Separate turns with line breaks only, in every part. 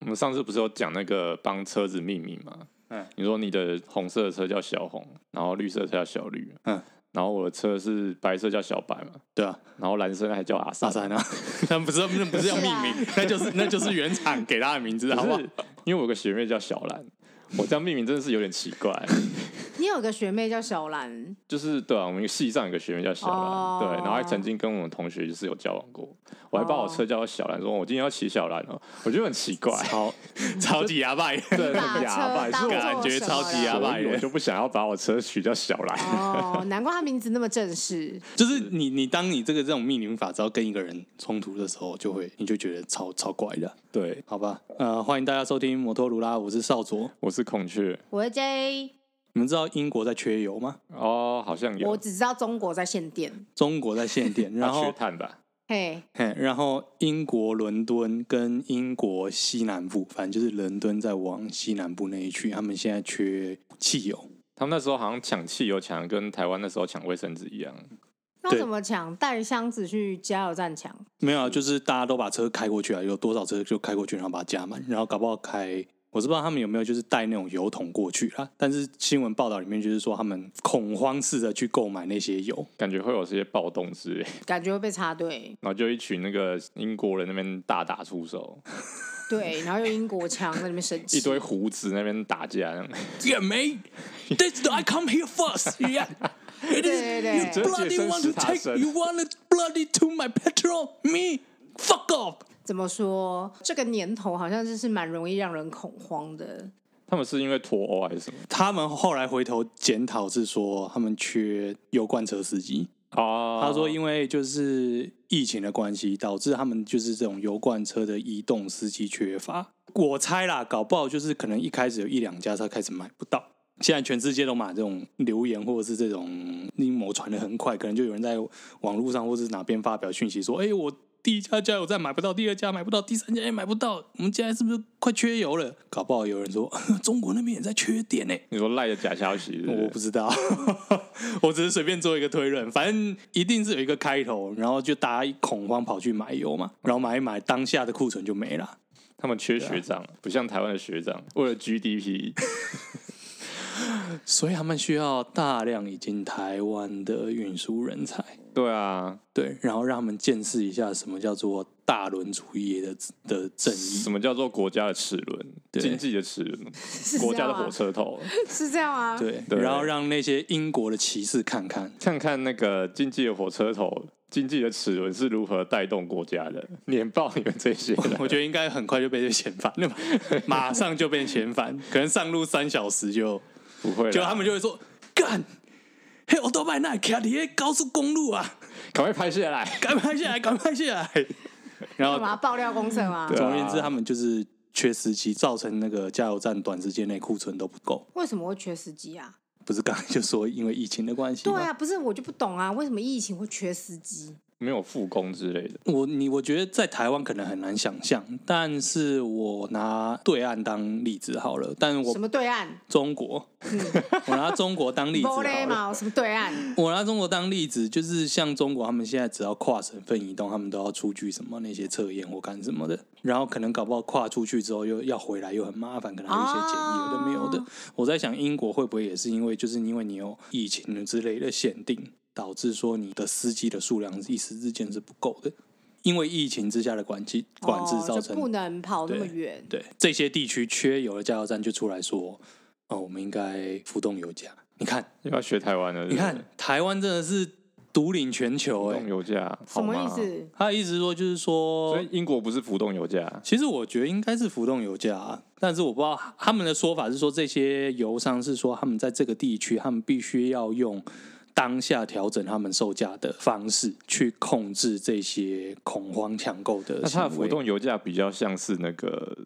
我们上次不是有讲那个帮车子命名吗？
嗯，
你说你的红色的车叫小红，然后绿色的车叫小绿，
嗯，
然后我的车是白色叫小白嘛，
对啊，
然后蓝色还叫阿萨
大，三啊，那不是那不是要
是
命
啊
名，那就是那就是原厂给他的名字，
可
好不好
是？因为我有个学妹叫小兰，我这样命名真的是有点奇怪。
你有个学妹叫小兰，
就是对啊，我们一个系上有个学妹叫小兰，
哦
对，然后还曾经跟我们同学就是有交往过，我还把我车叫小兰，说我今天要骑小兰哦，我觉得很奇怪，
超超级牙拜，
对，
把
很
车
牙吧，
当
是
做
我
感觉
什么
超级啊
所
牙
了
拜
以我
的。
就不想要把我车取叫小兰，
啊
哦，难怪她名字那么正式。
就是你你当你这个这种命名法，只要跟一个人冲突的时候，就会你就觉得超超怪的，
对，
好吧？呃，欢迎大家收听摩托鲁拉，我是少佐。
我是孔雀，
我是 J，
你们知道英国在缺油吗？
哦，好像有
我，只知道中国在限电。
中国在限电，
他
然
缺
后
碳吧，
嘿，
嘿，然后英国伦敦跟英国西南部，反正就是伦敦再往西南部那一区，他们现在缺汽油。
他们那时候好像抢汽油抢得跟台湾那时候抢卫生纸一样，
那
对
怎么抢？带箱子去加油站抢？
没有啊，就是大家都把车开过去啊，有多少车就开过去，然后把它加满，然后搞不好开。我是不知道他们有没有就是带那种油桶过去啊，但是新闻报道里面就是说他们恐慌式的去购买那些油，
感觉会有这些暴动之类，
感觉会被插队。
然后就一群那个英国人那边大打出手，
对，然后用英国腔在那边生 气。
一堆胡子那边打架，这样
Yeah, mate. That's the, I come here first. Yeah. It is.
对对对
You bloody want to take. You want to bloody to my petrol. Me. Fuck off.
怎么说？这个年头好像就是蛮容易让人恐慌的。
他们是因为脱欧还是什么？
他们后来回头检讨是说，他们缺油罐车司机。
哦，
他说，因为就是疫情的关系，导致他们就是这种油罐车的移动司机缺乏。我猜啦，搞不好就是可能一开始有一两家，他开始买不到。现在全世界都买这种留言或者是这种阴谋传的很快，可能就有人在网络上或是哪边发表讯息说：“哎、我第一家加油站买不到，第二家买不到，第三家也买不到，我们现在是不是快缺油了？”搞不好有人说：“ 中国那边也在缺电呢、
你说赖的假消息是不是
我不知道， 我只是随便做一个推论，反正一定是有一个开头，然后就大家恐慌跑去买油嘛，然后买一买，当下的库存就没了。
他们
啊
缺学长，不像台湾的学长，为了 GDP，
所以他们需要大量引进台湾的运输人才，
对啊，
对，然后让他们见识一下什么叫做大轮主义的的正义。
什么叫做国家的齿轮，
对啊
经济的齿 轮，
是
国
这
家
样
的
吗
火车头，
是这样啊？
对，
对
然后让那些英国的骑士看看，
看看那个经济的火车头，经济的齿轮是如何带动国家的，碾爆你们这些人。
我觉得应该很快就被遣返， 那么马上就被遣返，可能上路三小时就
不会啦，
就他们就会说：“干，嘿，我都拜那卡迪高速公路啊，
赶快拍下来。
赶快下来，赶快下来。”然
干
后，
嘛爆料公社吗？
对啊
总而言之，他们就是缺司机，造成那个加油站短时间内库存都不够。
为什么会缺司机啊？
不是刚才就说因为疫情的关系
对
吗？
啊，不是我就不懂啊，为什么疫情会缺司机？
没有复工之类的，
我你我觉得在台湾可能很难想象，但是我拿对岸当例子好了，但
什
我
么对岸？
中国， 我拿中国当例子好
玻璃
了。
嘛，什么对岸？
我拿中国当例子，就是像中国，他们现在只要跨省份移动，他们都要出具什么那些测验或干什么的，然后可能搞不好跨出去之后又要回来又很麻烦，可能还有一些检疫有的没有的
哦。
我在想，英国会不会也是因为就是因为你有疫情之类的限定，导致说你的司机的数量一时之间是不够的，因为疫情之下的管制管制
哦
造
就
成
不能跑那么
对
远。
对这些地区缺油的加油站就出来说，哦，我们应该浮动油价。你看，
又要学台湾 了。
你
对
看，台湾真的是独领全球
不
哎、
对，浮动油价
什么意？
啊好吗
思？
他的意思说就是
所
说
以，英国不是浮动啊油价，
其实我觉得应该是浮动油价、啊，但是我不知道他们的说法是说这些油商是说他们在这个地区，他们必须要用当下调整他们售价的方式去控制这些恐慌抢购的
那它的
行
浮
为。
动油价比较像是那个，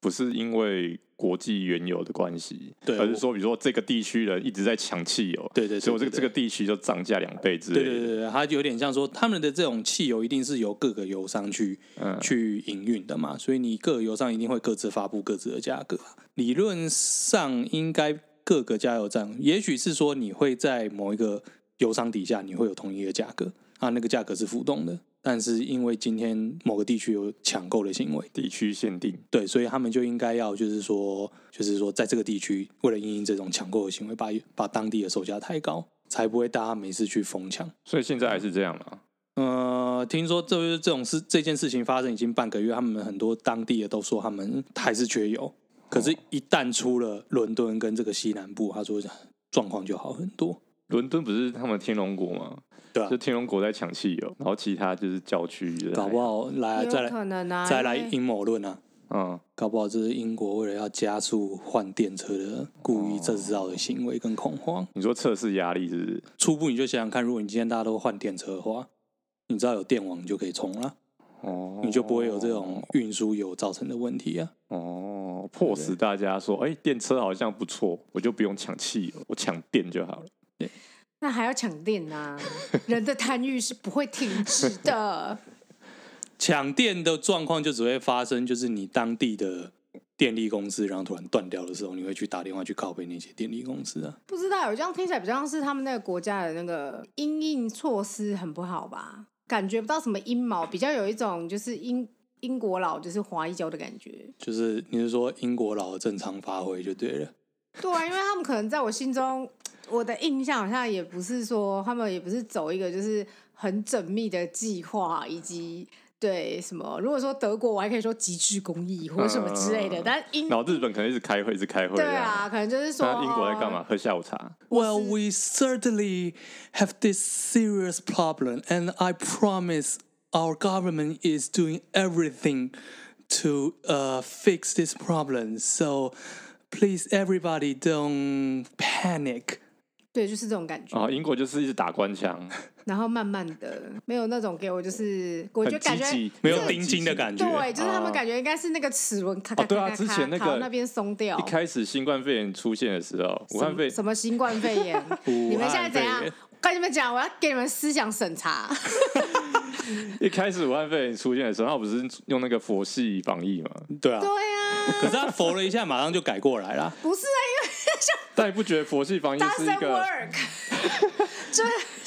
不是因为国际原油的关系，
对
而
我
是说，比如说这个地区人一直在抢汽油，
对对对
所以我这个
对
这个地区就涨价两倍之类
对
的，
对对对，它有点像说他们的这种汽油一定是由各个油商去
嗯，
去营运的嘛，所以你各个油站一定会各自发布各自的价格啊。理论上应该各个加油站，也许是说你会在某一个油商底下，你会有统一的价格啊，那个价格是浮动的。但是因为今天某个地区有抢购的行为，
地区限定，
对，所以他们就应该要就是说，就是说在这个地区，为了因应这种抢购的行为，把把当地的售价抬高，才不会大家没事去疯抢。
所以现在还是这样嘛？
呃，听说这这种事这件事情发生已经半个月，他们很多当地的都说他们还是缺油，可是，一旦出了伦敦跟这个西南部，他说状况就好很多。
伦敦不是他们天龙国吗？
对啊
就，天龙国在抢汽油，然后其他就是郊区，就是
搞不好来
也
再
啊有
来
可能啊，
再来
因为
阴谋论啊，
嗯，
搞不好这是英国为了要加速换电车的故意制造的行为跟恐慌。
你说测试压力是不是？
初步你就想想看，如果你今天大家都换电车的话，你知道有电网你就可以充了，
哦，
你就不会有这种运输油造成的问题啊。
哦，迫使大家说，
哦
哎、电车好像不错，我就不用抢汽油，我抢电就好了。
那还要抢电 呐、人的贪欲是不会停止 的。
抢电的状况就只会发生，就是你当地的电力公司，然后突然断掉的时候，你会去打电话去拷贝那些电力公司啊。
不知道，有这样听起来比较像是他们那个国家的那个因应措施很不好吧？感觉不到什么阴谋，比较有一种就是英英国佬就是华裔教的感觉。
就是你是说英国佬的正常发挥就对了，
对啊，因为他们可能在我心中，我的印象好像也不是说他们也不是走一个就是很缜密的计划以及。对什么？如果说德国，我还可以说极致公益或什么之类的，
嗯
但英
然后日本可能一直开会，一直开会。
对啊，，可能就是说
那英国在干嘛？？喝下午茶。
Well, we certainly have this serious problem, and I promise our government is doing everything to uh, fix this problem. So please, everybody, don't panic.
对，就是这种感觉。
哦，英国就是一直打官腔，
然后慢慢的，没有那种给我就是，我就
很
感
积
觉
极，啊
感
对，就是他们感觉应该是那个齿轮咔咔
哦对啊
咔咔
之前那
咔
个
朝那边松掉
一。开始新冠肺炎出现的时候，武汉肺
哦什么新冠肺 炎？你们现在怎
武
样
汉肺炎？
我跟你们讲，我要给你们思想审查。
一开始武汉肺炎出现的时候，他不是用那个佛系防疫嘛？
对啊，
对啊，
可是他佛了一下，马上就改过来啦。
不是啊，因为
但你不觉得佛系防疫是一
doesn't
个？
work。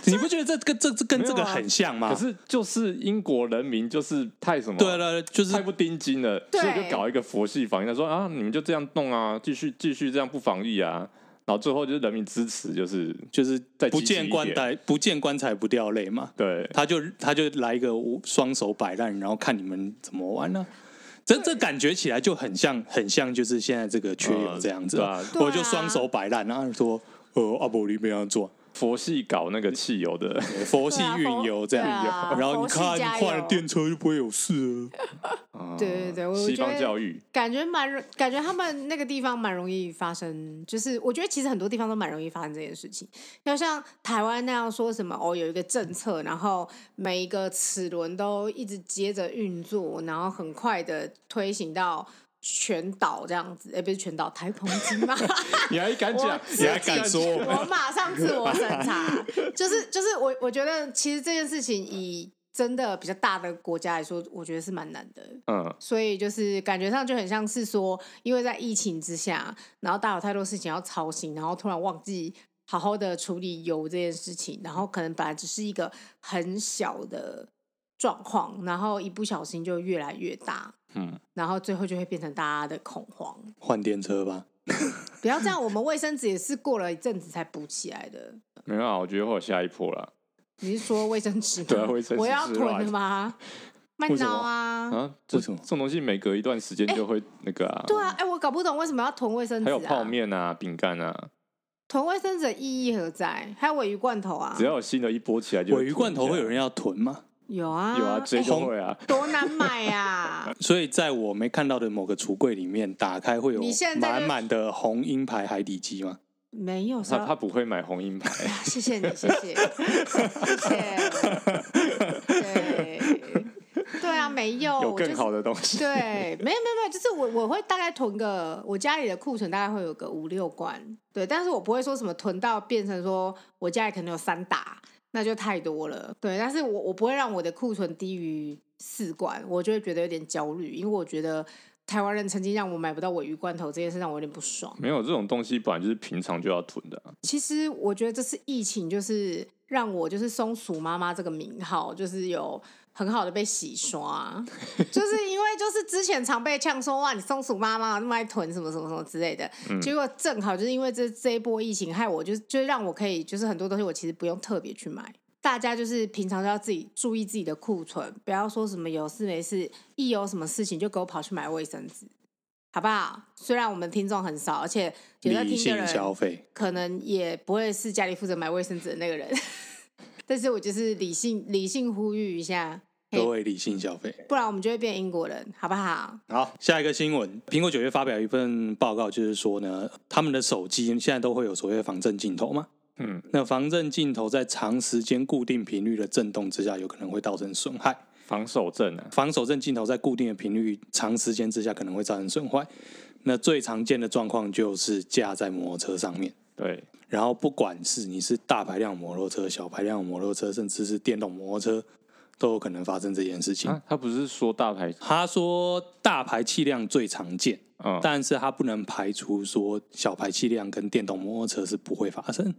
你不觉得这跟这这跟这
没
个
有啊
很像吗？
可是就是英国人民就是太什么？
对了，就是
太不盯紧了，
对
所以就搞一个佛系防疫，他说啊，你们就这样弄啊，继续继续这样不防疫啊，然后最后就是人民支持，就是
就是
再积
不
极
见
一
棺
点
材不见棺材不掉泪嘛。
对，
他就他就来一个无双手摆烂，然后看你们怎么玩呢、这这感觉起来就很像，很像就是现在这个缺油
嗯
这样子、
对啊
对啊
我就双手摆烂，然后说呃阿伯利没有做
佛系搞那个汽油的，
佛系运油这样，
对啊佛
然后你
佛
看
系加油
换了电车就不会有事了。啊
对对对，我
西
我觉
方
得
教育，
感觉蛮容，感觉他们那个地方蛮容易发生，就是我觉得其实很多地方都蛮容易发生这件事情。要像台湾那样说什么哦，有一个政策，然后每一个齿轮都一直接着运作，然后很快的推行到全岛这样子，哎，不是全岛，台澎金马。
你还敢
我
讲，
自己
你还敢说我们
我马上自我审查， 就是就是我我觉得其实这件事情以真的比较大的国家来说，我觉得是蛮难的。
嗯，
所以就是感觉上就很像是说，因为在疫情之下，然后大家有太多事情要操心，然后突然忘记好好的处理油这件事情，然后可能本来只是一个很小的状况，然后一不小心就越来越大，
嗯，
然后最后就会变成大家的恐慌。
换电车吧，
不要这样，我们卫生纸也是过了一阵子才补起来的。
没有啊，我觉得会有下一波啦。
你是说卫生纸吗？
对啊卫生纸
我要囤
之
了吗？慢
为什么
挠啊！
啊，这
为什么哎
这种东西每隔一段时间就会那个啊，
对啊，哎、我搞不懂为什么要囤卫生纸、
还
啊。
有泡面啊、饼干啊，
囤卫生纸的意义何在？还有尾鱼罐头啊
只，要有新的一波起来就
尾鱼罐头会有人要囤吗？
有啊，
有啊，
哎
谁就会啊，
多难买 啊！
所以在我没看到的某个橱柜里面，打开会有
你现在就
满满的红鹰牌海底鸡吗？
没有
啊
他他
啥，
不会买红鹰牌，
谢谢你，谢谢，谢谢，对，对啊，没有，
有
我就
更
是
好的东西。
对，没有没有没有，就是我我会大概囤个我家里的库存大概会有个五六罐，对，但是我不会说什么囤到变成说我家里可能有三打，那就太多了，对，但是我我不会让我的库存低于四罐，我就会觉得有点焦虑，因为我觉得台湾人曾经让我买不到尾鱼罐头这件事让我有点不爽。
没有这种东西，本来就是平常就要囤的啊、
其实我觉得这次疫情，就是让我就是松鼠妈妈这个名号，就是有很好的被 洗刷，就是因为就是之前常被呛说哇，你松鼠妈妈那么爱囤什么什么什么之类的，
嗯
结果正好就是因为这这一波疫情害我就是就是让我可以就是很多东西我其实不用特别去买。大家就是平常都要自己注意自己的库存，不要说什么有事没事，一有什么事情就给我跑去买卫生纸，好不好？虽然我们听众很少，而且有在
理
听的
性
人
消费。
可能也不会是家里负责买卫生纸的那个人， 但是我就是理性理性呼吁一下，嘿
各位理性消费。
不然我们就会变英国人，好不好？
好，下一个新闻，苹果九月发表一份报告，就是说呢，他们的手机现在都会有所谓的防震镜头嘛。
嗯，
那防震镜头在长时间固定频率的震动之下，有可能会造成损害。
防守阵啊，
防手震镜头在固定的频率长时间之下，可能会造成损坏。那最常见的状况就是架在摩托车上面。
对，
然后不管是你是大排量摩托车、小排量摩托车，甚至是电动摩托车，都有可能发生这件事情。
啊，他不是说大牌，
他说大排气量最常见，
嗯，
但是他不能排除说小排气量跟电动摩托车是不会发生。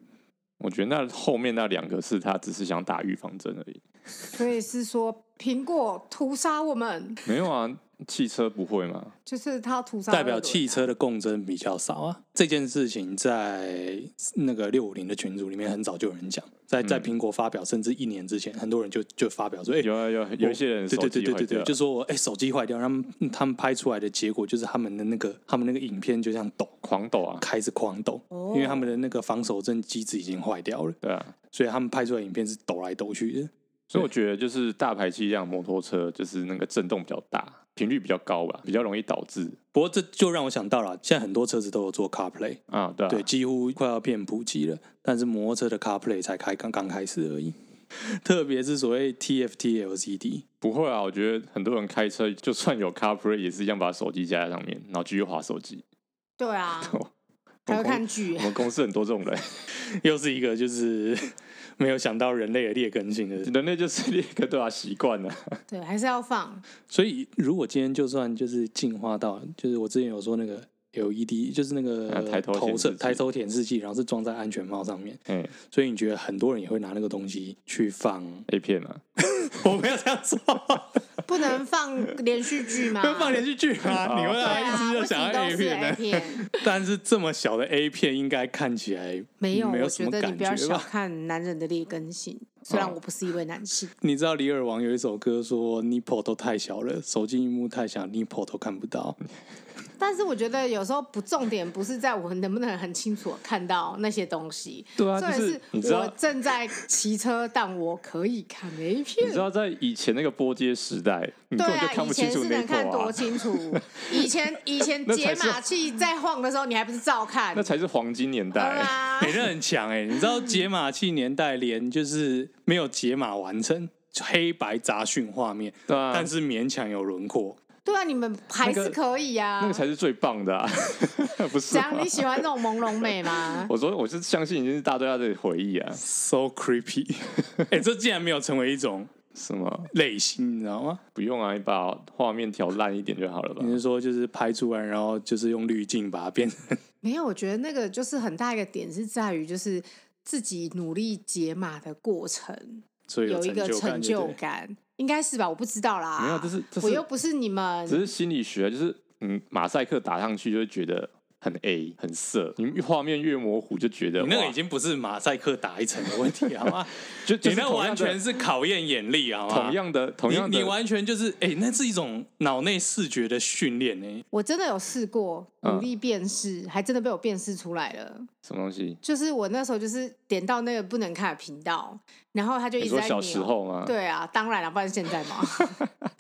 我觉得那后面那两个是他只是想打预防针而已，
所以是说苹果屠杀我们，
没有啊，汽车不会吗？
就是它要屠杀
代表
二轮啊
汽车的共振比较少啊。这件事情在那个六五零的群组里面很早就有人讲，在
嗯
在苹果发表甚至一年之前，很多人就就发表说，哎、
有啊有啊，
我
有一些人
对
手
对
机
对对对对，
坏掉
就说我哎、手机坏掉，他们他们拍出来的结果就是他们的那个他们那个影片就像抖，
狂抖啊，
开始狂抖，
哦
因为他们的那个防手震机制已经坏掉了，
对啊，
所以他们拍出来的影片是抖来抖去的。
所以我觉得就是大排气量摩托车就是那个震动比较大，频率比较高吧，比较容易导致
不过这就让我想到了，现在很多车子都有做 CarPlay，
啊，对啊，
对，几乎快要变普及了。但是摩托车的 CarPlay 才开刚刚开始而已， 特别是所谓 TFT LCD，
不会啊，我觉得很多人开车就算有 CarPlay 也是一样把手机架在上面，然后继续划手机。
对 啊，
我
还要
们公
看剧
我，们公司很多这种人，
又是一个就是 没有想到人类的劣根性的。
人类就是一个对吧、习惯了。
对，还是要放。
所以如果今天就算就是进化到，就是我之前有说那个 LED，就是那
啊抬
个
头显
投
示
射
器
抬头显示器，然后是装在安全帽上面，
嗯
所以你觉得很多人也会拿那个东西去放？
，A 片啊，
我没有这样说，
不能放连续剧吗？
要 放连续剧啊，你会
对
来一
啊，
直就
为什
想
么
要
都
A
是哎
片呢
A？片？
但是这么小的 A 片应该看起来
没有，
嗯没
我
有什
觉
么
得你
感
不要
觉
小
吧？哦
看男人的劣根性。虽然我不是一位男性，
你知道李尔王有一首歌说 nipple 都太小了，手机荧幕太小，nipple 都看不到。
但是我觉得有时候不重点不是在我能不能很清楚地看到那些东西，
对
重点
你知
是我
道，
正在骑车，但我可以看 A
你
片
知。道在以前那个波街时代， 你
对
根本就
啊，
看
以
不清
前
楚
是
内
能
裤
看多
啊，
清楚。以前以前
那才
解
是
码器在晃的时候，你还不是照看
那？才是黄金年
对
代。
啊
哎、，这很强哎、你知道解码器年代连就是没有解码完成，黑白杂讯画面，
对啊，
但是勉强有轮廓。
对啊，你们还
那个
是可以啊
那个。才是最棒的，啊， 不是
怎
吗
样？？你喜欢这种朦胧美吗？
我说我是相信已经是大家的回忆啊，
So creepy！哎、 这竟然没有成为一种
什么
类型，你知道吗？
不用啊，你把画面调烂一点就好了吧
嗯
你？是说就是拍出来，然后就是用滤镜把它变成
没有，我觉得那个就是很大一个点是在于就是自己努力解码的过程
所以
有一
成
个
就
成
感就
就
对了。
感，应该是吧？我不知道啦，
没有，这是这
我又
是
不是你
只
们，
是心理学，就是嗯，马赛克打上去就会觉得很 A 很色，你画面越模糊就觉得
你那
哇
个已经不是马赛克打一层的问题，好 吗？
就就
你
是
那
同样
完
的
全是考验眼力，好吗？
同样的同样
你
的
你完全就是，哎、那是一种脑内视觉的训练欸呢。
我真的有试过
嗯
努力辨识，还真的被我辨识出来了。
什么东西？
就是我那时候就是点到那个不能看的频道，然后他就一
你
直
说
在扭。
小时候吗？
对啊，当然了，不然现在 嘛，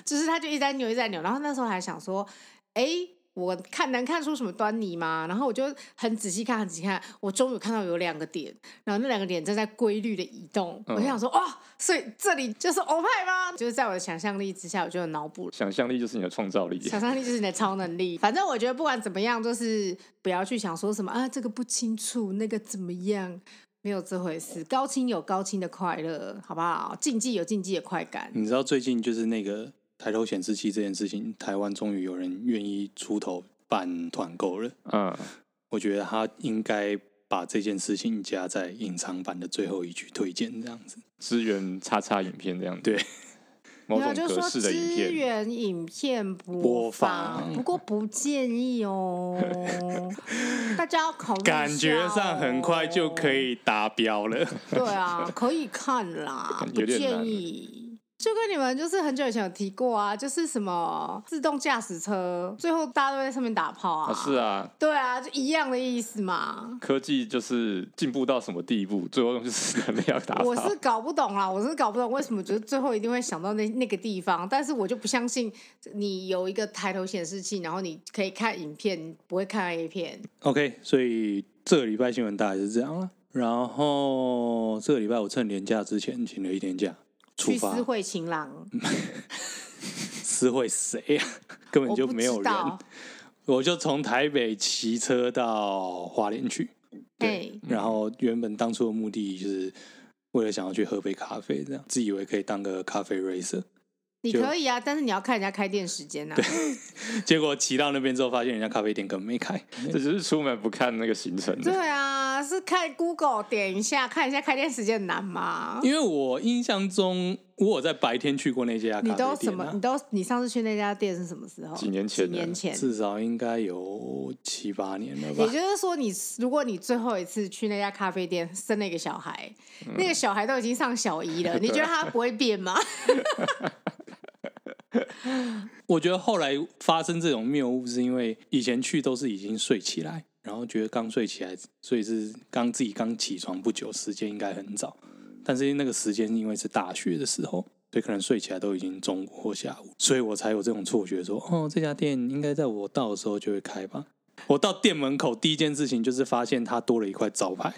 就是他就一直在扭，一直在扭。然后那时候还想说，哎、我看能看出什么端倪吗？然后我就很仔细看，很仔细看，我终于看到有两个点，然后那两个点正在规律的移动。
嗯
我就想说，哇、所以这里就是欧派吗？就是在我的想象力之下，我就脑补了。
想象力就是你的创造力。
想象力就是你的超能力。 反正我觉得不管怎么样，就是不要去想说什么啊，这个不清楚，那个怎么样，没有这回事。高清有高清的快乐，好不好？竞技有竞技的快感。
你知道最近就是那个抬头显示器这件事情，台湾终于有人愿意出头办团购了。
嗯，
我觉得他应该把这件事情加在隐藏版的最后一句推荐，这样子。
支援叉叉影片这样子。
对，
某
没有
种
就
格
说
式的影
支
片，
援影片播
播
放，
放
不过不建议 哦，大家要考虑一下哦、
感觉上很快就可以达标了。
对 啊，可以看啦，不
有点
建
难
议。就跟你们就是很久以前有提过啊，就是什么自动驾驶车，最后大家都在上面打炮
啊
啊。
是啊，
对啊，就一样的意思嘛。
科技就是进步到什么地步，最后就是人类要打
啊
我
它
是。搞不懂啦，我是搞不懂为什么就是最后一定会想到那那个地方，但是我就不相信你有一个抬头显示器，然后你可以看影片，你不会看 A 片。
OK，所以这个礼拜新闻大概是这样了。然后这个礼拜我趁年假之前请了一天假，出
去
发
私会情郎，
私会谁呀、 根本
我
嗯就
不
没有
知
人。
道
我就从台北骑车到花莲去，对
嘿，
然后原本当初的目的就是为了想要去喝杯咖啡，这样自以为可以当个咖啡 racer，
你
就
可以啊，但是你要看人家开店时间呐、啊。
结果骑到那边之后，发现人家咖啡店根本没开，
这只是出门不看那个行程的，
对啊，是看 Google 点一下，看一下开店时间难吗？
因为我印象中我有在白天去过那家
你
咖
都
啡
什
店、
么？
啊
你，都你上次去那家店是什么时候？
几年前
几
了
年前。
至少应该有七八年了
也
吧。
就是说你，如果你最后一次去那家咖啡店生了一个小孩，那个小孩都已经上小一了，你觉得他不会变吗？
我觉得后来发生这种谬误，是因为以前去都是已经睡起来，然后觉得刚睡起来，所以是刚自己刚起床不久，时间应该很早。但是那个时间因为是大学的时候，所以可能睡起来都已经中午或下午，所以我才有这种错觉说，哦，这家店应该在我到的时候就会开吧。我到店门口第一件事情就是发现它多了一块招牌，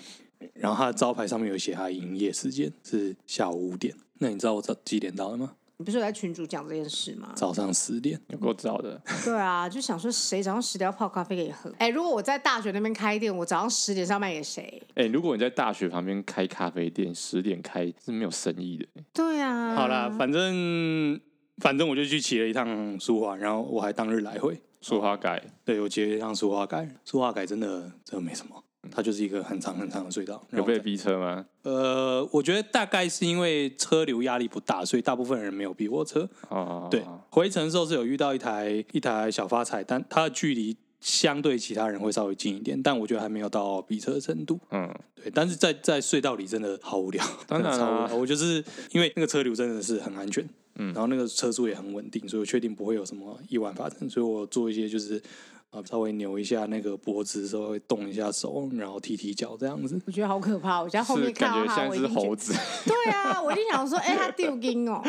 然后它的招牌上面有写它的营业时间是下午五点。那你知道我早几点到的吗？
你不是有在群主讲这件事吗？
早上十点。
有够早的。
对啊，就想说谁早上十点要泡咖啡给你喝？哎、如果我在大学那边开店，我早上十点是要卖给谁？
哎、如果你在大学旁边开咖啡店，十点开是没有生意的。
对啊，
好啦，反正反正我就去骑了一趟苏花，然后我还当日来回。
说花改
哦
对，我骑了一趟苏花改，苏花改真的真的没什么，它就是一个很长很长的隧道。然
有
后我
被
在
逼车吗？
呃，我觉得大概是因为车流压力不大，所以大部分人没有逼我车。
哦，
对，回程的时候是有遇到一台一台小发财，但它的距离相对其他人会稍微近一点，但我觉得还没有到逼车的程度。
嗯，
对，但是在在隧道里真的好无聊，
当然啊
真的 超无聊。我就是因为那个车流真的是很安全，嗯，然后那个车速也很稳定，所以我确定不会有什么意外发生。所以我做一些就是啊、呃稍微扭一下那个脖子，稍微动一下手，然后踢踢脚这样子。
我觉得好可怕，我在后
是
面看
感
到
觉
他，
像
我
一
一
只
定觉得
猴子，
对啊，我就想说，哎、他丢筋哦，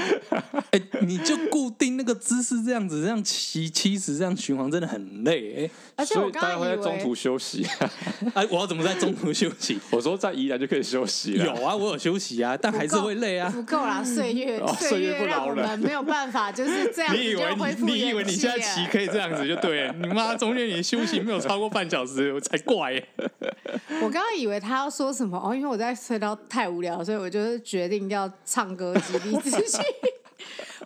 哎、你就固定那个姿势这样子，这样骑七十这样循环真的很累哎、
而且
所
我
以
刚
大家
刚
会在
以
中途
为。
休息。
哎、我要怎么在中途休息？
我说在宜兰就可以休息了。
有啊，我有休息啊，但还是会累 啊。
不够啦，岁月
哦岁月不
让
饶
我
人
们没有办法，就是这样
你以
子就
为
恢
你
复
你以为
元
你
气
现
了
在。骑可以这样子就对 了，你妈中间你休息没有超过半小时，我才怪、 欸。
我刚刚以为他要说什么哦，因为我在隧道太无聊，所以我就是决定要唱歌激励自己。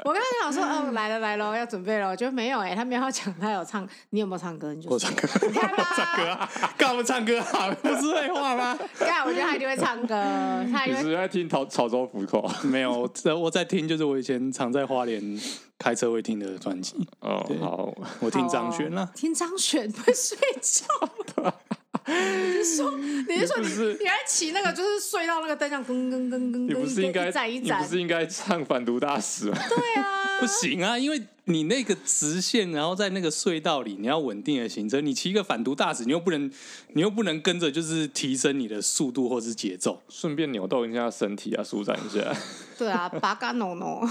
我刚刚想说，嗯，来了来了，要准备了，就没有哎、他没有要讲，他有唱，你有没有唱歌？你就
我
说
唱歌，
你看吧，
歌啊，干嘛唱歌啊？不是废话 吗？
看我觉得他一定会唱歌，他
你
一
是
定
不
会
是在听潮潮州福口
没有，我在我在听，就是我以前常在花莲开车会听的专辑，
哦，好，
我听张悬啊啦
哦。听张悬 会睡觉吗。你是说，你是说你
你不是
你还骑那个，就是睡到那个灯上噔噔噔噔
你
噔，
不是应该
一盏一
你不
盏，
是应该唱反毒大使吗？
对啊
不，行啊，因为你那个直线，然后在那个隧道里，你要稳定的行车，你骑一个反毒大使，你又不能，你又不能跟着就是提升你的速度或是节奏。
顺便扭动一下身体啊，舒展一下。
对啊，八嘎农农。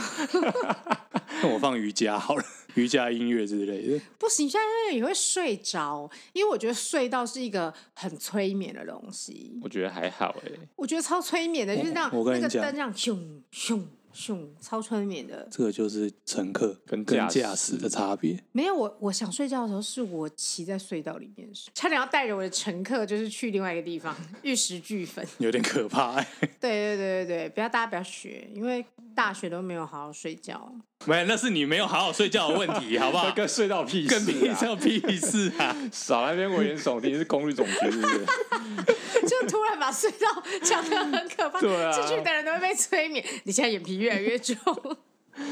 那 我放瑜伽好了，瑜伽音乐之类的。
不行，现在也会睡着，因为我觉得睡到是一个很催眠的东西，
我觉得还好哎、
我觉得超催眠的，就是让
我跟
那
你
个
讲
灯这样咻咻咻，超催眠的。
这个就是乘客
跟
驾
驾驶
驶的差别。
没有我，我想睡觉的时候，是我骑在隧道里面，差点要带着我的乘客，就是去另外一个地方，玉石俱焚。
有点可怕、欸。
对对对对对，不要大家不要学，因为大学都没有好好睡觉。
没，那是你没有好好睡觉的问题，好不好
那？跟隧道屁
跟屁
事啊！
叫屁事 啊！
少来那边危言耸听，是公路总局是不是？
就突然把隧道讲 得很可怕，
对啊
进去的人都会被催眠。你现在眼皮越来越重。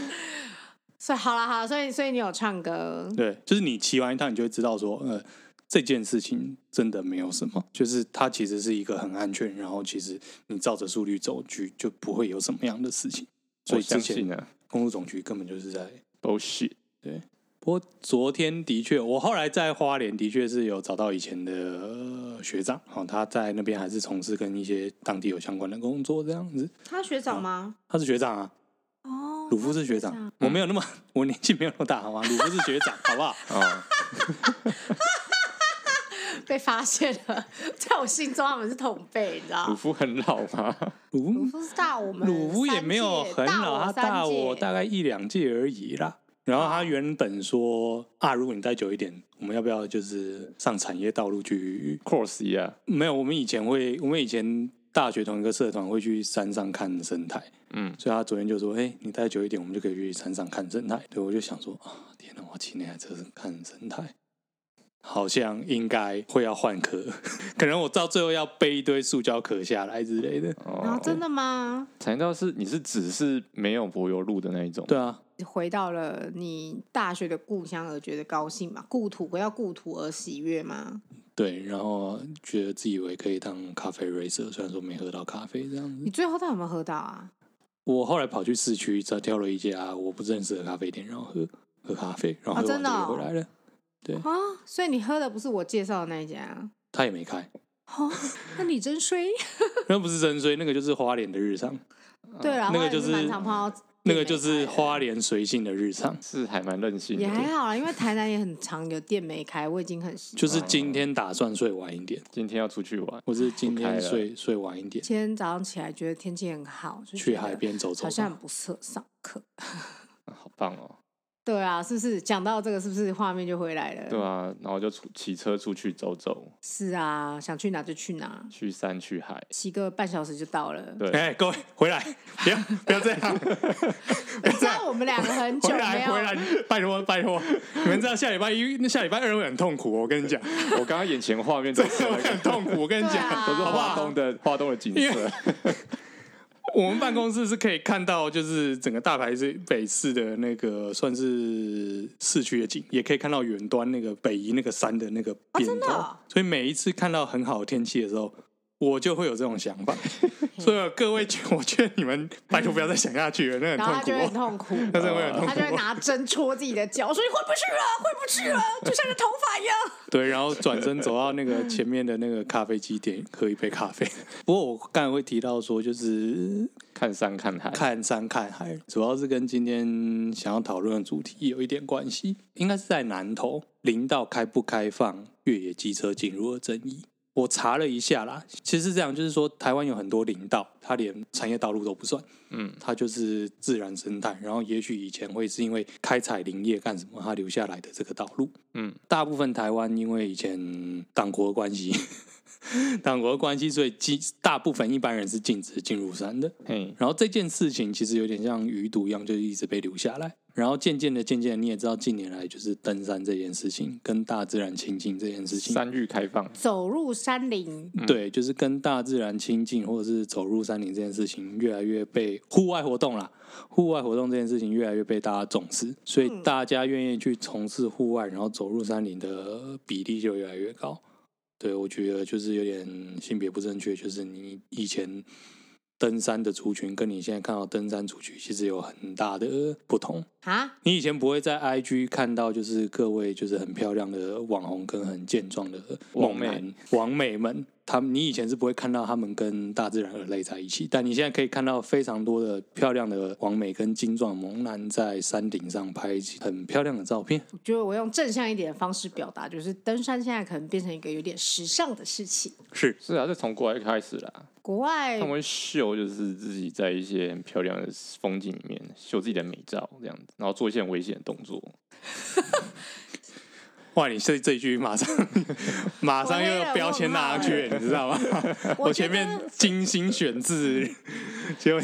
所以好啦好啦，所以所以你有唱歌，
对，就是你骑完一趟，你就会知道说，呃，这件事情真的没有什么，就是它其实是一个很安全，然后其实你照着速率走去，就不会有什么样的事情。所
我
以之
相
前
信啊
公路总局根本就是在。
，bullshit。
不过昨天的确，我后来在花莲的确是有找到以前的、呃学长，哦，他在那边还是从事跟一些当地有相关的工作这样子。
他学长吗？
他是学长啊，
哦，
鲁夫是学
他
长，我没有那么，我年纪没有那么大，好吗？鲁夫是学长，好不好？
啊，
被发现了，在我心中他们是同辈，你知道
鲁
吗？
夫很老吗？
鲁夫
鲁夫是大我们三届，
鲁夫也没有很老，他大我大
概
概一两届而已啦。然后他原本说啊，如果你待久一点，我们要不要就是上产业道路去？
course 呀，
没有，我们以前会，我们以前大学同一个社团会去山上看生态，
嗯，
所以他昨天就说，哎、你待久一点，我们就可以去山上看生态。对，我就想说啊，天哪，我七年还真是看生态。好像应该会要换壳， 可能我到最后要背一堆塑胶壳下来之类的。
啊
哦，，
真的吗？
才到是你是只是没有柏油路的那一种，
对啊，
回到了你大学的故乡而觉得高兴嘛？故土回到故土而喜悦吗？
对，然后觉得自以为可以当咖啡 racer，虽然说没喝到咖啡这样子
你。最后到底有没有喝到啊？
我后来跑去市区，再挑了一家我不认识的咖啡店，然后喝喝咖啡，然后喝完
真的
就
哦
回来了。
啊，所以你喝的不是我介绍的那一家。啊
他也没开，
哦，那你真衰。
那不是真衰，那个就是花莲的日常，
对啊了，
那个
花莲
就是
蛮常碰到
那
店
个
没
就是
开的
花莲随性的日常。
是还蛮任性
也还
的。
好啦，因为台南也很常有店没开，我已经很习惯。
就是今天打算睡晚一点，
今天要出去玩，
或是今
不开
天
了
睡睡晚一点，
今天早上起来觉得天气很好，就觉
去
得
海边走走
好像
吧。
很不适合上课。
好棒哦，
对啊，是不是讲到这个，是不是画面就回来了？
对啊，然后就出骑车出去走走，
是啊，想去哪就去哪，
去山去海，
骑个半小时就到了。
对，
哎，各位回来，不要不要这样，
你知道我们两个很 久
回
没
来回
有，
来，拜托拜托，你们知道下礼拜一、那下礼拜二会很痛苦哦，我跟你讲。
我刚刚眼前画面都是那
很
个
痛苦，我跟你
对
讲，
啊
都是
好不
华
好
东？的华东的景
因
色
为，我们办公室是可以看到，就是整个大台市北市的那个算是市区的景，也可以看到远端那个北移那个山的那个边
真的
头。
哦
所以每一次看到很好的天气的时候。我就会有这种想法，所以各位，我劝你们拜托不要再想下去了，那很
然后他就会
痛
很
苦、哦，
痛苦，
那真的会很痛
他
苦
就会
哦、
拿针戳自己的脚，说你回不去了，回不去了，就像你的头发一样。
对，然后转身走到那个前面的那个咖啡机店喝一杯咖啡。 不过我刚才会提到说，就是
看山看海，
看山看海，主要是跟今天想要讨论的主题有一点关系，应该是在南投林道开不开放越野机车进入的争议。我查了一下啦，其实是这样，就是说台湾有很多林道，它连产业道路都不算，
嗯，
它就是自然生态。然后也许以前会是因为开采林业干什么，它留下来的这个道路，
嗯，
大部分台湾因为以前党国关系， 党国关系，所以禁大部分一般人是禁止进入山的。
嘿，
然后这件事情其实有点像余毒一样，就一直被留下来。然后渐渐的，渐渐的，你也知道，近年来就是登山这件事情，跟大自然亲近这件事情，
山域开放，
走入山林，
对，就是跟大自然亲近，或者是走入山林这件事情，越来越被户外活动啦，户外活动这件事情越来越被大家重视，所以大家愿意去从事户外，然后走入山林的比例就越来越高。对，我觉得就是有点性别不正确，就是你以前登山的族群跟你现在看到登山族群其实有很大的不同。
啊，
你以前不会在 IG 看到，就是各位就是很漂亮的网红跟很健壮的猛男王美们，他们你以前是不会看到他们跟大自然而类在一起，但你现在可以看到非常多的漂亮的王美跟精壮的猛男在山顶上拍很漂亮的照片。
我觉得我用正向一点的方式表达，就是登山现在可能变成一个有点时尚的事情。
是，
是啊，这从国外开始啦，
国外
他们会秀就是自己在一些很漂亮的风景里面秀自己的美照这样子，然后做一些很危险的动作，
哇！你这这一句 马上马上又有标签拉上去，你知道吗？我前
觉得
面精心选 字，结果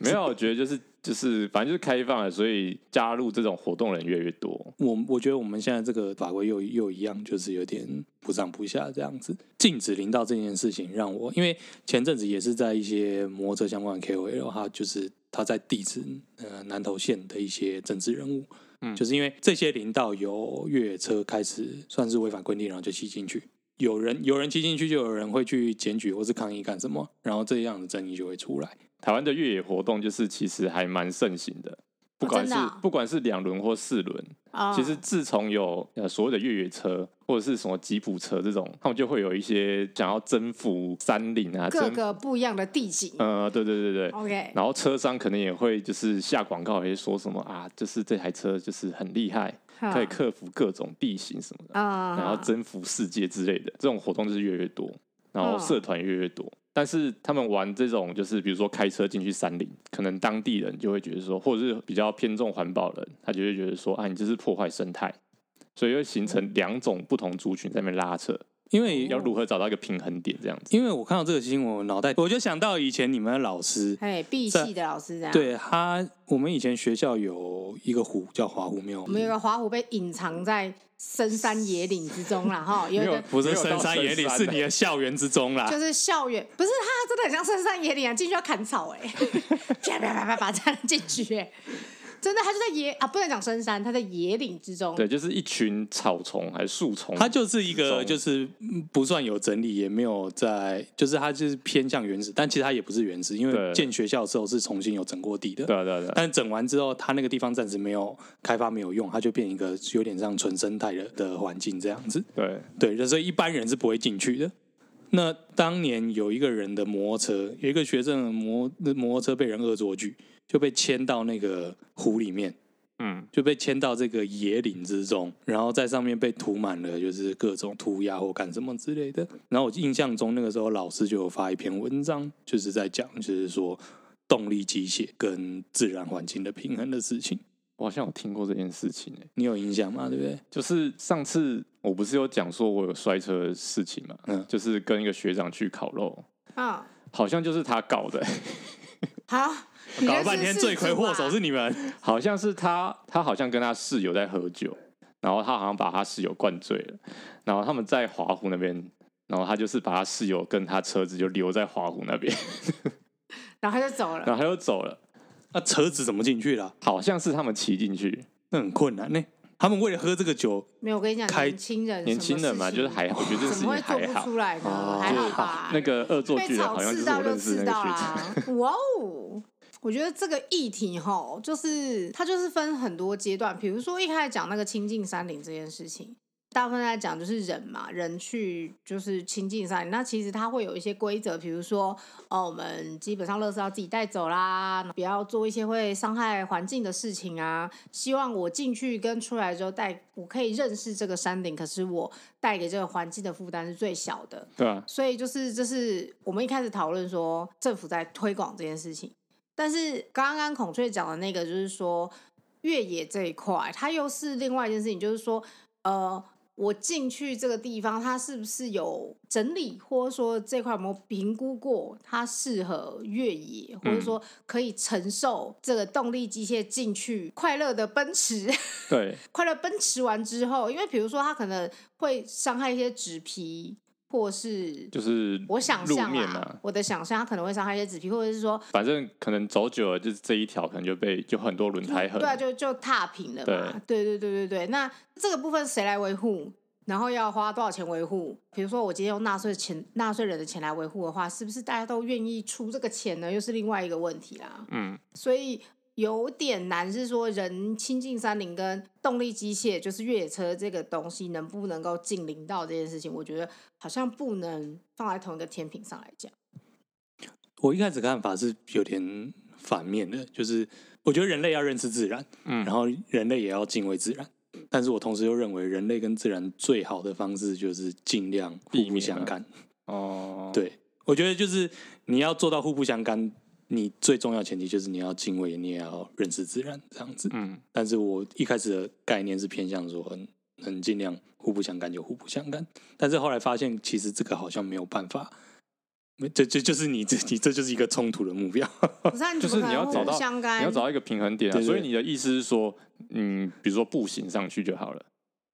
没有，我觉得就是就是反正就是开放了，所以加入这种活动的人越来越多，
我我觉得我们现在这个法规又又一样，就是有点不上不下这样子。禁止零到这件事情，让我因为前阵子也是在一些摩托车相关的 KOL，他就是他在地址呃南投县的一些政治人物，
嗯
就是因为这些林道由越野车开始算是违反规定，然后就骑进去。有人有人骑进去，就有人会去检举或是抗议干什么，然后这样的争议就会出来。
台湾的越野活动就是其实还蛮盛行的，不管是、
真的啊
不管是两轮或四轮，
啊
其实自从有呃所谓的越野车或者是什么吉普车这种，他们就会有一些想要征服山林啊，
各
征服
个不一样的地景。
呃，对对对对。
OK，
然后车商可能也会就是下广告，也会说什么啊，就是这台车就是很厉害，
好
可以克服各种地形什么的，
啊，
然后征服世界之类的。这种活动就是越来越多，然后
嗯
社团越来越多。但是他们玩这种就是比如说开车进去山林，可能当地人就会觉得说，或者是比较偏重环保人，他就会觉得说啊，你这是破坏生态。所以会形成两种不同族群在那边拉扯，
因为
要如何找到一个平衡点这样子？
因为我看到这个新闻，我脑袋我就想到以前你们的老师，
哎，必系的老师这样。，
对他，我们以前学校有一个湖叫华湖庙，
我们有个华虎被隐藏在深山野岭之中了哈，有一
没有
个
不是
没有到
深山野
深
岭，是
山
你的校园之中啦
就。是校园，不是它真的很像深山野岭啊，进去要砍草哎、 啪啪啪啪啪这样进去哎、真的，它就在野啊，不能讲深山，它在野岭之中。
对，就是一群草丛还是树丛，
它就是一个，
之中
就是嗯不算有整理，也没有在，就是它就是偏向原始，但其实它也不是原始，因为
对
建学校之后是重新有整过地的。
对啊对啊对啊，
但整完之后，它那个地方暂时没有开发，没有用，它就变一个有点像纯生态的的环境这样子。
对，
对，所以一般人是不会进去的。那当年有一个人的摩托车，有一个学生的摩摩托车被人恶作剧，就被牵到那个湖里面，
嗯，
就被牵到这个野岭之中，然后在上面被涂满了就是各种涂鸦或干什么之类的。然后我印象中那个时候老师就有发一篇文章，就是在讲就是说动力机械跟自然环境的平衡的事情，
我好像有听过这件事情诶、欸
你有印象吗？对不对？
就是上次我不是有讲说我有摔车的事情嘛，
嗯
就是跟一个学长去烤肉，
嗯，
好像就是他搞的、
好，你
搞了
认识
半天
事
罪魁
主
祸
啊
首是你们。
好像是他，他好像跟他室友在喝酒，然后他好像把他室友灌醉了，然后他们在华湖那边。然后他就是把他室友跟他车子就留在华湖那边，
啊然后他就走了。
然后他就走了，
那、车子怎么进去的啊、
好像是他们骑进去，
那很困难呢、他们为了喝这个酒，
没有，我跟你讲，
开
年轻人，
年轻人嘛，就是还好，我觉得这件
怎
事
么
情
会做
还
不
好
出。来呢？
哦
还好吧？
那个恶作
被
剧的，
草
好像就
刺
是
到
我
就
认识
刺
那个
到
学长。
啦。 哇哦！我觉得这个议题吼，就是它就是分很多阶段。比如说一开始讲那个亲近山林这件事情，大部分在讲就是人嘛，人去就是亲近山林。那其实它会有一些规则，比如说哦，我们基本上垃圾要自己带走啦，不要做一些会伤害环境的事情啊。希望我进去跟出来之后带，我可以认识这个山林，可是我带给这个环境的负担是最小的。
对啊，
所以就是这是我们一开始讨论说政府在推广这件事情，但是刚刚孔雀讲的那个就是说越野这一块，它又是另外一件事情，就是说呃。我进去这个地方，它是不是有整理，或者说这块有没有评估过它适合越野，或者说可以承受这个动力机械进去快乐的奔驰？
对，
快乐奔驰完之后，因为比如说它可能会伤害一些纸皮，或是
就是
我想
路
象啊
面
啦
嘛，
我的想象它可能会伤害一些纸皮，或者是说，
反正可能走久了，就是这一条可能就被就很多轮胎痕。
对啊，就就踏平了嘛。对对对对对，那这个部分谁来维护？然后要花多少钱维护？比如说，我今天用纳税钱、纳税人的钱来维护的话，是不是大家都愿意出这个钱呢？又是另外一个问题啦。
嗯，
所以有点难，是说人亲近山林跟动力机械，就是越野车这个东西能不能够进林道这件事情，我觉得好像不能放在同一个天平上来讲。
我一开始看法是有点反面的，就是我觉得人类要认识自然，
嗯
然后人类也要敬畏自然。但是我同时又认为，人类跟自然最好的方式就是尽量互
避
不
免啊
相干。
哦，
对，我觉得就是你要做到互不相干，你最重要的前提就是你要敬畏，你也要认识自然这样子。
嗯，
但是我一开始的概念是偏向说很很尽量互不相干就互不相干，但是后来发现其实这个好像没有办法，没这这就是你自己这就是一个冲突的目标。
不是啊，
就是
怎么
你
可能
要找
互
到
相干，
你要找到一个平衡点啊。
对对
所以你的意思是说，嗯，比如说步行上去就好了，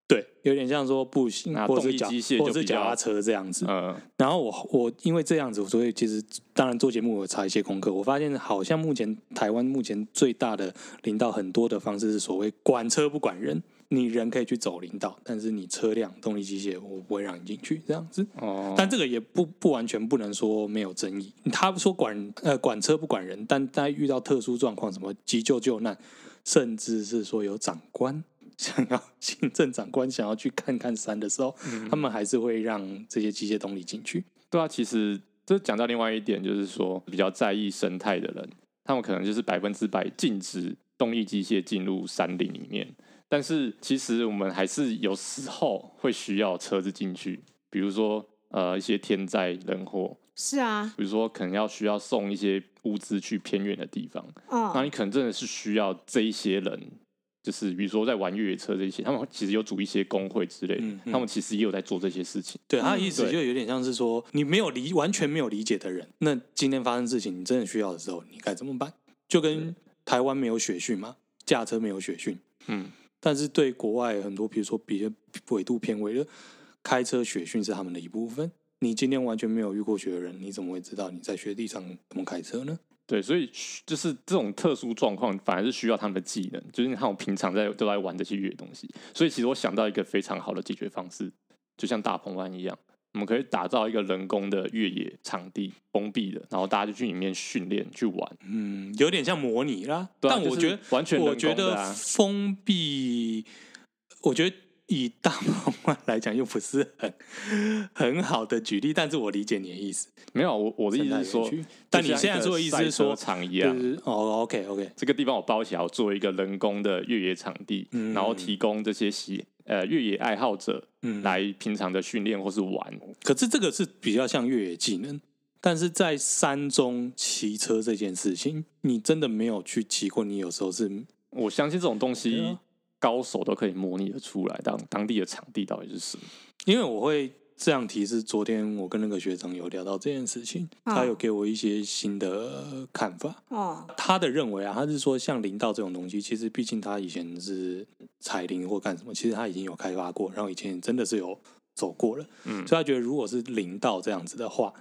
对，有点像说步行
那
或
动
是
力
脚
机械
或
就是比
脚
较
踏车这样子。
嗯，
然后我我因为这样子，所以其实当然做节目我有查一些功课，我发现好像目前台湾目前最大的领导很多的方式是所谓管车不管人，你人可以去走领导，但是你车辆动力机械我不会让你进去这样子。
哦，
但这个也不不完全不能说没有争议。他说管呃管车不管人，但在遇到特殊状况，什么急救救难，甚至是说有长官 想要行政长官想要去看看山的时候，他们还是会让这些机械动力进去。
对啊，其实这讲到另外一点，就是说比较在意生态的人，他们可能就是百分之百禁止动力机械进入山林里面。但是其实我们还是有时候会需要车子进去，比如说呃一些天灾人祸，
是啊，
比如说可能要需要送一些物资去偏远的地方，那
嗯，
你可能真的是需要这一些人。就是比如说在玩越野车这些，他们其实有组一些工会之类的，
嗯嗯
他们其实也有在做这些事情。
对他的意思
对
就有点像是说，你没有理完全没有理解的人，那今天发生事情，你真的需要的时候，你该怎么办？就跟台湾没有雪训嘛，驾车没有雪训，
嗯，
但是对国外很多，比如说别纬度偏微的，开车雪训是他们的一部分。你今天完全没有遇过雪的人，你怎么会知道你在雪地上怎么开车呢？
对，所以需就是这种特殊状况，反而是需要他们的技能，就是你看我平常在都在玩这些越野东西，所以其实我想到一个非常好的解决方式，就像大鹏湾一样，我们可以打造一个人工的越野场地，封闭的，然后大家就去里面训练去玩。
嗯，有点像模拟啦。
对啊
但
就
我
是
觉得，
完全人
我觉
工的
得
啊
封闭，我觉得以大鹏湾来讲又不是很很好的举例，但是我理解你的意思。
没有，我我的意思是
生态
说
园区，但你
就像
现在
一个
说的意思
赛
是
车
说
场一
就
样，
是哦，OK OK，
这个地方我包起来，我做一个人工的越野场地，
嗯
然后提供这些喜呃越野爱好者
嗯，
来平常的训练或是玩。
可是这个是比较像越野技能，但是在山中骑车这件事情，你真的没有去骑过，你有时候是
我相信这种东
对
西
啊，
高手都可以模拟的出来，当当地的场地到底是什么？
因为我会这样提示。昨天我跟那个学长有聊到这件事情，
啊
他有给我一些新的呃看法。
哦，
他的认为啊，他是说像林道这种东西，其实毕竟他以前是采林或干什么，其实他已经有开发过，然后以前真的是有走过了。
嗯
所以他觉得如果是零到这样子的话，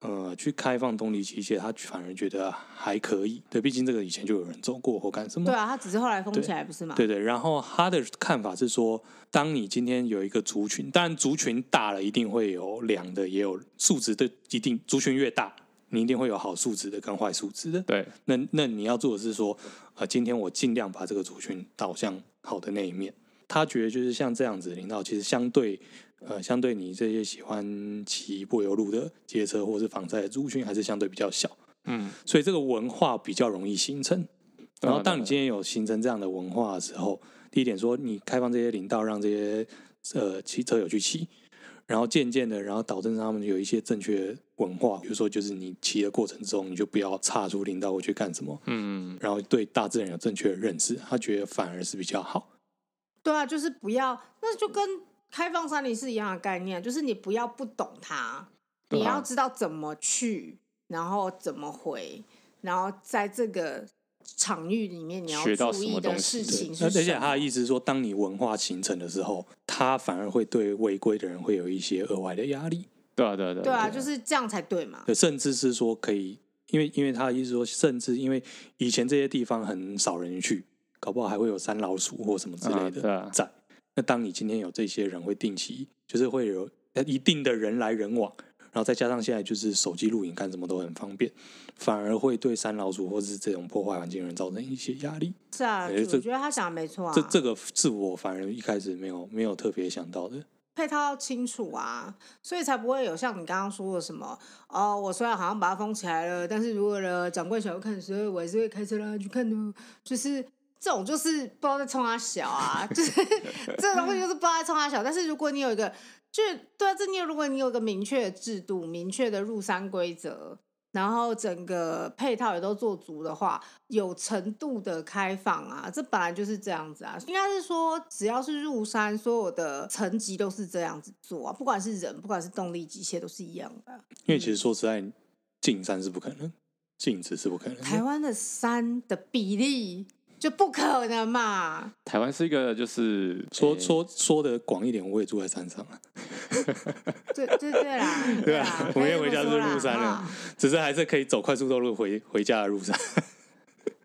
呃，去开放动力机械，他反而觉得还可以。对，毕竟这个以前就有人做过或干什么。
对啊，他只是后来封
对
起来不是吗？
对对，然后他的看法是说，当你今天有一个族群，当然族群大了，一定会有良的，也有素质的，一定族群越大，你一定会有好素质的跟坏素质的。
对，
那那你要做的是说，呃，今天我尽量把这个族群导向好的那一面。他觉得就是像这样子的领导，其实相对呃，相对你这些喜欢骑柏油路的街车或是防晒的族群，还是相对比较小，
嗯，
所以这个文化比较容易形成。然后，
当
当你今天有形成这样的文化的时候，第一点说，你开放这些领道，让这些呃骑车友去骑，然后渐渐的，然后导致他们有一些正确文化，比如说就是你骑的过程中，你就不要岔出领道过去干什么，
嗯，
然后对大自然有正确的认识，他觉得反而是比较好。
对啊，就是不要，那就跟开放山林是一样的概念，就是你不要不懂它，
对啊
你要知道怎么去，然后怎么回，然后在这个场域里面你要
学到
注
什
意
么
的
东
事
西
情
那
是
而且
什
他的
么
意思是说，当你文化形成的时候，他反而会对违规的人会有一些额外的压力。
对啊，对啊，对
对啊，就是这样才对嘛。
对，甚至是说可以，因为因为他的意思说，甚至因为以前这些地方很少人去，搞不好还会有山老鼠或什么之类
啊对
的
啊
在。那当你今天有这些人会定期，就是会有呃一定的人来人往，然后再加上现在就是手机录影干什么都很方便，反而会对山老鼠或是这种破坏环境的人造成一些压力。
是啊，
哎这
我觉得他想的没错啊，
这这个是我反而一开始没有没有特别想到的。
配套要清楚啊，所以才不会有像你刚刚说的什么哦，我虽然好像把它封起来了，但是如果呢掌柜想要看，所以我还是会开车让他去看的，就是这种就是不知道在冲他小啊， 就是这种东西就是不知道在冲他小。但是如果你有一个，就是对啊，这你有如果你有一个明确的制度、明确的入山规则，然后整个配套也都做足的话，有程度的开放啊，这本来就是这样子啊。应该是说，只要是入山，所有的层级都是这样子做啊，不管是人，不管是动力机械，都是一样的。啊
因为其实说实在，进山是不可能，禁止是不可能的。
台湾的山的比例就不可能嘛。
台湾是一个就是
说
诶
说说的广一点，我也住在山上啊，
对对对啦，
对
啦
啊，，
可
我
以
们
这
要回家就
么
是
说啦
入山了
哈，
只是还是可以走快速道路回回家的路上。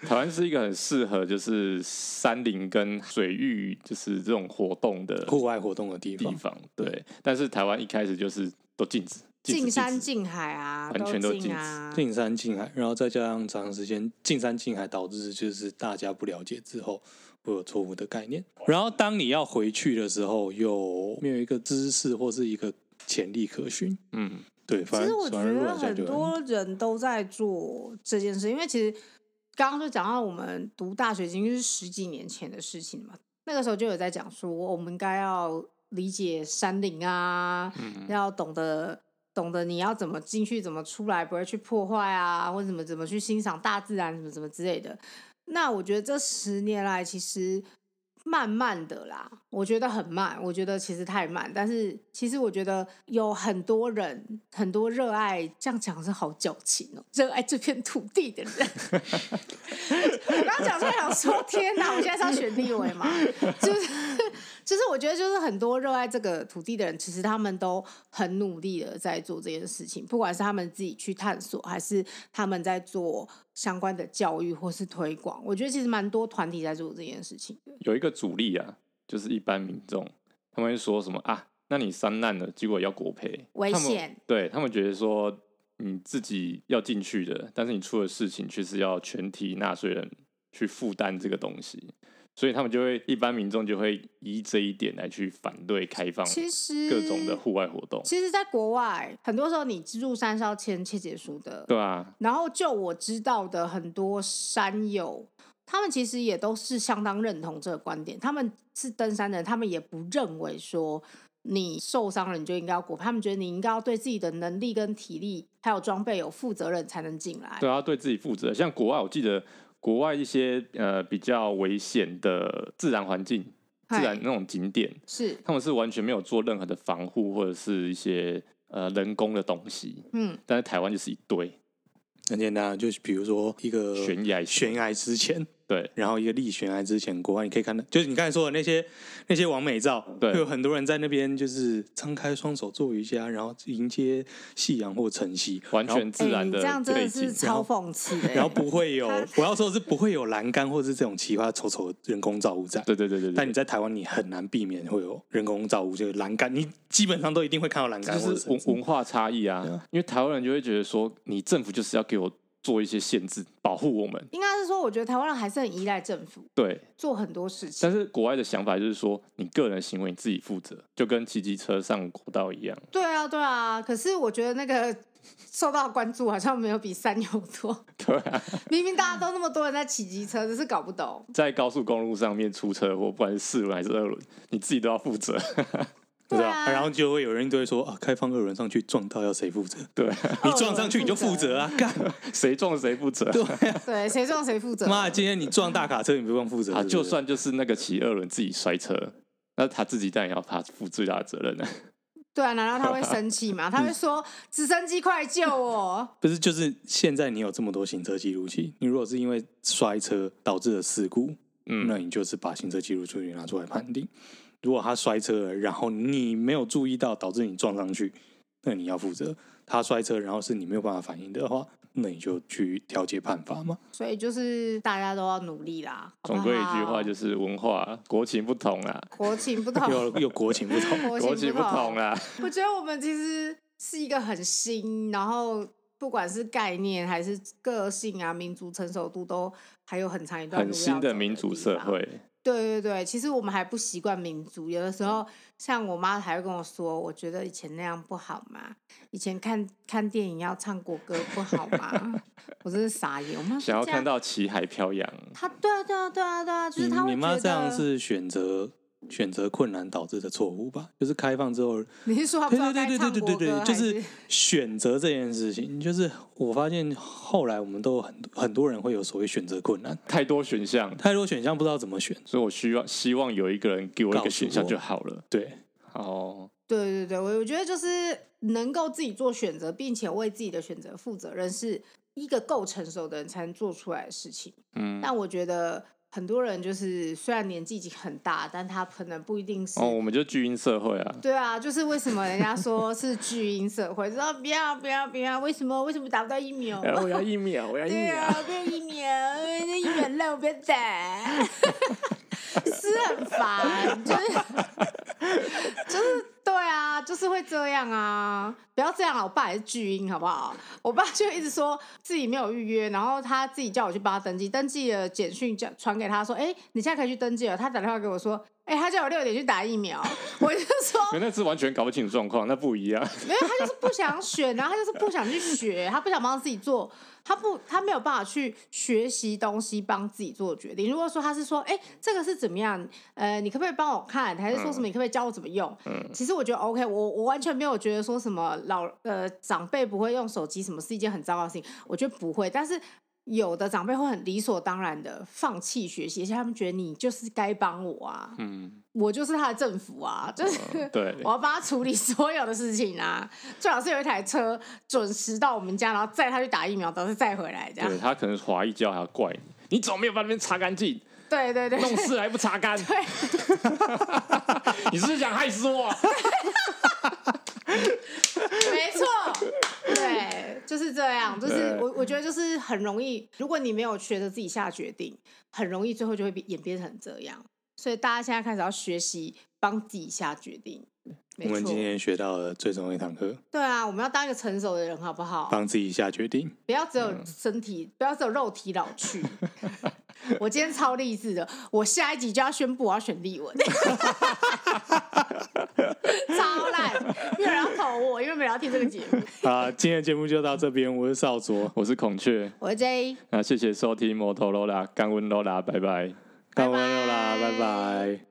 台湾是一个很适合就是山林跟水域就是这种活动的
户外活动的地
地
方，
方，对。但是台湾一开始就是都禁止，禁止
近山
禁止
近海啊，
完全都禁止
近啊。
进山近海，然后再加上长时间进山近海，导致就是大家不了解之后会有错误的概念。然后当你要回去的时候，又没有一个知识或是一个潜力可循。
嗯，
对，
其
反
实
正
我觉
反正
得
乱下
很
就
多人都在做这件事，因为其实刚刚就讲到我们读大学已经是十几年前的事情嘛，那个时候就有在讲说我们该要理解山林啊，
嗯
要懂得懂得你要怎么进去，怎么出来，不会去破坏啊，或者怎么怎么去欣赏大自然，怎么怎么之类的。那我觉得这十年来，其实慢慢的啦，我觉得很慢，我觉得其实太慢。但是其实我觉得有很多人，很多热爱这样讲是好矫情哦，热爱这片土地的人。 我刚刚讲出来想说，天哪，我现在是要选立委嘛？就是就是，我觉得就是很多热爱这个土地的人，其实他们都很努力的在做这件事情，不管是他们自己去探索，还是他们在做相关的教育或是推广。我觉得其实蛮多团体在做这件事情的。
有一个阻力啊，就是一般民众他们会说什么啊，那你山难了，结果要国赔，
危
他们
险，
对他们觉得说你自己要进去的，但是你出了事情却是要全体纳税人去负担这个东西，所以他们就会一般民众就会依这一点来去反对开放
其实
各种的户外活动，
其实，在国外很多时候你入山是要签切结书的，
对啊，
然后就我知道的很多山友，他们其实也都是相当认同这个观点。他们是登山的人，他们也不认为说你受伤了你就应该要果赔，他们觉得你应该要对自己的能力跟体力还有装备有负责任才能进来。
对啊，对自己负责。像国外，我记得国外一些呃比较危险的自然环境、自然
嗨
那种景点，
哎是，
他们是完全没有做任何的防护或者是一些呃人工的东西，
嗯，
但是台湾就是一堆
很简单啊，就是比如说一个
悬崖
悬崖之前，
对
然后一个立悬崖之前，国外你可以看到，就是你刚才说的那些那些完美照，
对
会有很多人在那边就是张开双手做瑜伽，然后迎接夕阳或晨曦，
完
然后
全自然
哎你
的
这样真
背
的
景
是，
然
超
后
讽刺的欸、
然后不会有
他，
我要说的是不会有栏杆或是这种奇葩丑丑的人工造物在。
对对对对
但你
对，
在台湾，你很难避免会有人工造物，就是栏杆，你基本上都一定会看到栏
这
杆或
就
者
是
绳
文
子。
文化差异啊，因为台湾人就会觉得说，你政府就是要给我做一些限制，保护我们，
应该是说，我觉得台湾人还是很依赖政府
对，
做很多事情
但。是国外的想法就是说，你个人行为你自己负责，就跟骑机车上国道一样。
对啊，对啊，可是我觉得那个 受到的关注好像没有比山友多。
对啊，
明明大家都那么多人在骑机车，只是搞不懂。
在高速公路上面出车祸，不管是四轮还是二轮，你自己都要负责。
不知道
对啊
然后就会有人就会说啊，开放二轮上去撞到要谁 负责？
对啊，
哦
你撞上去你就负责啊，干
谁撞谁负责。
对，谁撞谁负责。
妈，今天你撞大卡车你不用负责
啊，
是不是
就算就是那个骑二轮自己摔车，那他自己当然要他负最大的责任了。
对啊，难道他会生气吗？他会说：“直升机快救 我
不是就是现在你有这么多行车记录器，你如果是因为摔车导致的事故，那
嗯，
你就是把行车记录器拿出来判定。如果他摔车了，然后你没有注意到导致你撞上去，那你要负责。他摔车，然后是你没有办法反应的话，那你就去调解判罚嘛。！”
所以就是大家都要努力啦。好不
总
好
归一句话，就是文化国情不同啦，
国情 不
又
同，
又国情不 同，
国
国
情
情
不同。啊啦。
我觉得我们其实是一个很新，然后不管是概念还是个性啊，民族成熟度都还有很长一 段
很
路要
新
走的
的民主社
地方。
会，
对对对，其实我们还不习惯民族，有的时候像我妈还会跟我说，我觉得以前那样不好嘛，以前看看电影要唱国歌不好嘛， 我真是傻眼。我妈说
想要
这
看
样，
到旗海飘扬，
她对啊对啊对啊对啊，就是她
你
会
你
觉
妈
得
这样是选择选择困难导致的错误吧？就是开放之后，
你是说她不
对
知道
对对
该
对
唱
对
国歌
对对对，就
还是
是选择这件事情，就是我发现后来我们都有很很多人会有所谓选择困难，
太多选项，
太多选项不知道怎么选。
所以我希望希望有一个人给我一
告
个
诉
选项
我
就好了。
对，
哦，
对对对，我我觉得就是能够自己做选择，并且为自己的选择负责任，是一个够成熟的人才能做出来的事情。
嗯，
但我觉得很多人就是虽然年纪已经很大，但他可能不一定是
哦，我们就巨婴社会啊，
对啊，就是为什么人家说是巨婴社会，说不要不要不要，为什么为什么打不到疫苗？
哎我要疫苗，我要疫
哦对
苗，
啊，不要疫苗，那疫苗烂，我不要打，是很烦，就是就是对啊，就是会这样啊，不要这样啊！我爸也是巨婴，好不好？我爸就一直说自己没有预约，然后他自己叫我去帮他登记，登记了简讯叫传给他说，哎、你现在可以去登记了。他打电话给我说，哎、他叫我六点去打疫苗，我就说。
没有那是完全搞不清楚状况，那不一样。
没有，他就是不想选，然后他就是不想去学，他不想帮自己做，他不，他没有办法去学习东西，帮自己做决定。如果说他是说，哎、这个是怎么样？呃，你可不可以帮我看？还是说什么？你可不可以教我怎么用？其实我觉得 OK，我我完全没有觉得说什么老呃长辈不会用手机什么是一件很糟糕的事情，我觉得不会，但是。有的长辈会很理所当然的放弃学习，而且他们觉得你就是该帮我啊，
嗯，
我就是他的政府啊，就是、
对，
我要帮他处理所有的事情啊， 最好是有一台车准时到我们家，然后载他去打疫苗，到时再回来这样
对。他可能华裔教还要怪你，你怎么没有把那边擦干净？
对对对，
弄湿还不擦干？ 你是不是想害死我？
没错，对，就是这样。就是
对
我我觉得就是很容易，如果你没有学着自己下决定，很容易最后就会演变成这样。所以大家现在开始要学习帮自己下决定。
我
没
们
错
今，天学到了最重要一堂课，
对啊，我们要当一个成熟的人，好不好？
帮自己下决定。
不要只有身体，不要只有肉体老去。 我今天超励志的，我下一集就要宣布我要选立文， 超烂，没有人要投我，因为没人要听这个节目。
啊，今天的节目就到这边，我是 少卓，
我是孔雀，
我是 J，
那谢谢收听摩托罗拉，干温罗拉，拜拜。
拜
干完了啦，
拜
拜拜